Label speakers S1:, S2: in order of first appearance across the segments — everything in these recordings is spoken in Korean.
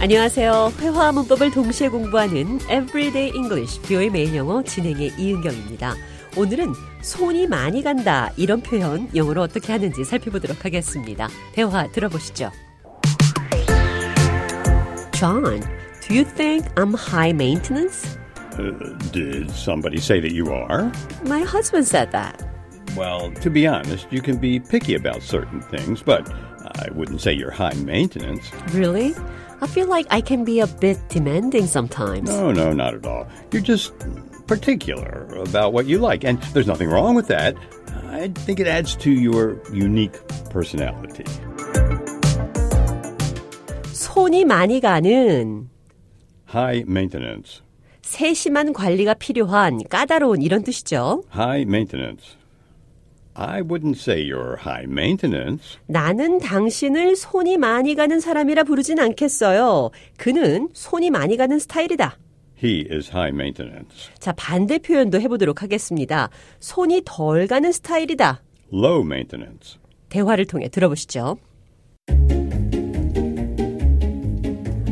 S1: 안녕하세요. 회화 문법을 동시에 공부하는 Everyday English 뷰의 매일 영어 진행의 이은경입니다. 오늘은 손이 많이 간다 이런 표현 영어로 어떻게 하는지 살펴보도록 하겠습니다. 대화 들어보시죠. John, do you think I'm high maintenance?
S2: Uh, did somebody say that you are?
S1: My husband said that.
S2: Well, to be honest, you can be picky about certain things, but I wouldn't say you're high maintenance.
S1: Really? I feel like I can be a bit demanding sometimes.
S2: No, Oh, no, not at all. You're just particular about what you like, and there's nothing wrong with that. I think it adds to your unique personality.
S1: 손이 많이 가는
S2: High maintenance.
S1: 세심한 관리가 필요한 까다로운 이런 뜻이죠.
S2: High maintenance. I wouldn't say you're high maintenance.
S1: 나는 당신을 손이 많이 가는 사람이라 부르진 않겠어요. 그는 손이 많이 가는 스타일이다.
S2: He is high maintenance.
S1: 자, 반대 표현도 해보도록 하겠습니다. 손이 덜 가는 스타일이다.
S2: Low maintenance.
S1: 대화를 통해 들어보시죠.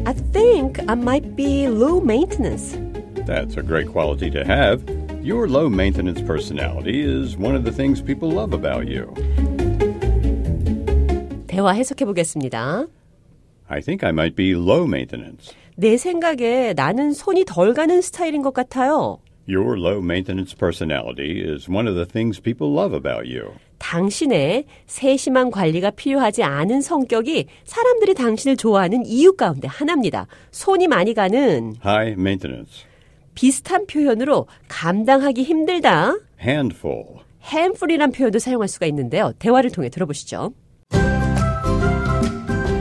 S1: I think I might be low maintenance.
S2: That's a great quality to have. Your low maintenance personality is one of the things people love about you.
S1: 대화 해석해 보겠습니다.
S2: I think I might be low maintenance.
S1: 내 생각에 나는 손이 덜 가는 스타일인 것 같아요.
S2: Your low maintenance personality is one of the things people love about you.
S1: 당신의 세심한 관리가 필요하지 않은 성격이 사람들이 당신을 좋아하는 이유 가운데 하나입니다. 손이 많이 가는
S2: High maintenance.
S1: 비슷한 표현으로 감당하기 힘들다.
S2: Handful.
S1: handful이란 표현도 사용할 수가 있는데요. 대화를 통해 들어보시죠.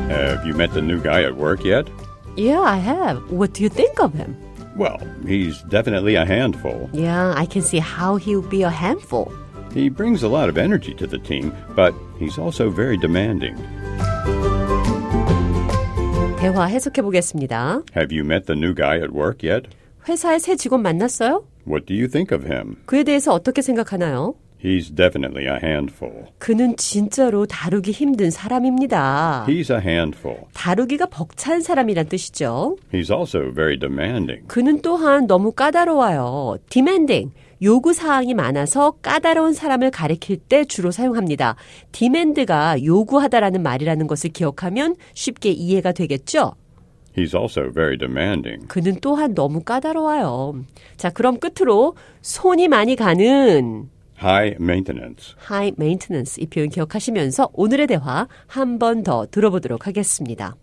S2: Have you met the new guy at work yet?
S1: Yeah, I have. What do you think of him?
S2: Well, he's definitely a handful.
S1: Yeah, I can see how he'll be a handful.
S2: He brings a lot of energy to the team, but he's also very demanding.
S1: 대화 해석해 보겠습니다.
S2: Have you met the new guy at work yet?
S1: 회사의 새 직원 만났어요?
S2: What do you think of him?
S1: 그에 대해서 어떻게 생각하나요?
S2: He's definitely a handful.
S1: 그는 진짜로 다루기 힘든 사람입니다.
S2: He's a handful.
S1: 다루기가 벅찬 사람이란 뜻이죠.
S2: He's also very demanding.
S1: 그는 또한 너무 까다로워요. demanding. 요구 사항이 많아서 까다로운 사람을 가리킬 때 주로 사용합니다. demand가 요구하다라는 말이라는 것을 기억하면 쉽게 이해가 되겠죠?
S2: He's also very demanding.
S1: 그는 또한 너무 까다로워요. 자, 그럼 끝으로 손이 많이 가는
S2: High maintenance.
S1: high maintenance 이 표현 기억하시면서 오늘의 대화 한 번 더 들어보도록 하겠습니다.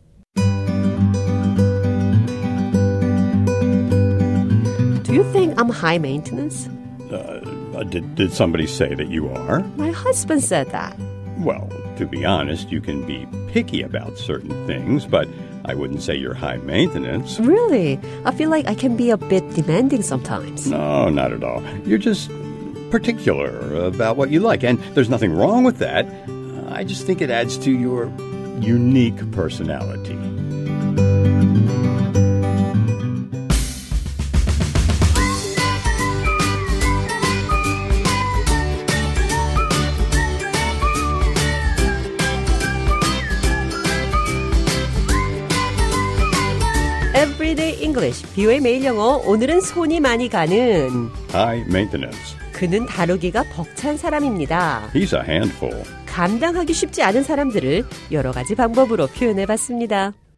S1: Do you think I'm high maintenance?
S2: Uh, did, did somebody say that you are?
S1: My husband said that.
S2: Well, to be honest, you can be picky about certain things, but I wouldn't say you're high maintenance.
S1: Really? I feel like I can be a bit demanding sometimes.
S2: No, not at all. You're just particular about what you like, and there's nothing wrong with that. I just think it adds to your unique personality.
S1: Everyday English, 비오의 매일 영어. 오늘은 손이 많이 가는
S2: High maintenance.
S1: 그는 다루기가 벅찬 사람입니다.
S2: He's a handful.
S1: 감당하기 쉽지 않은 사람들을 여러 가지 방법으로 표현해 봤습니다.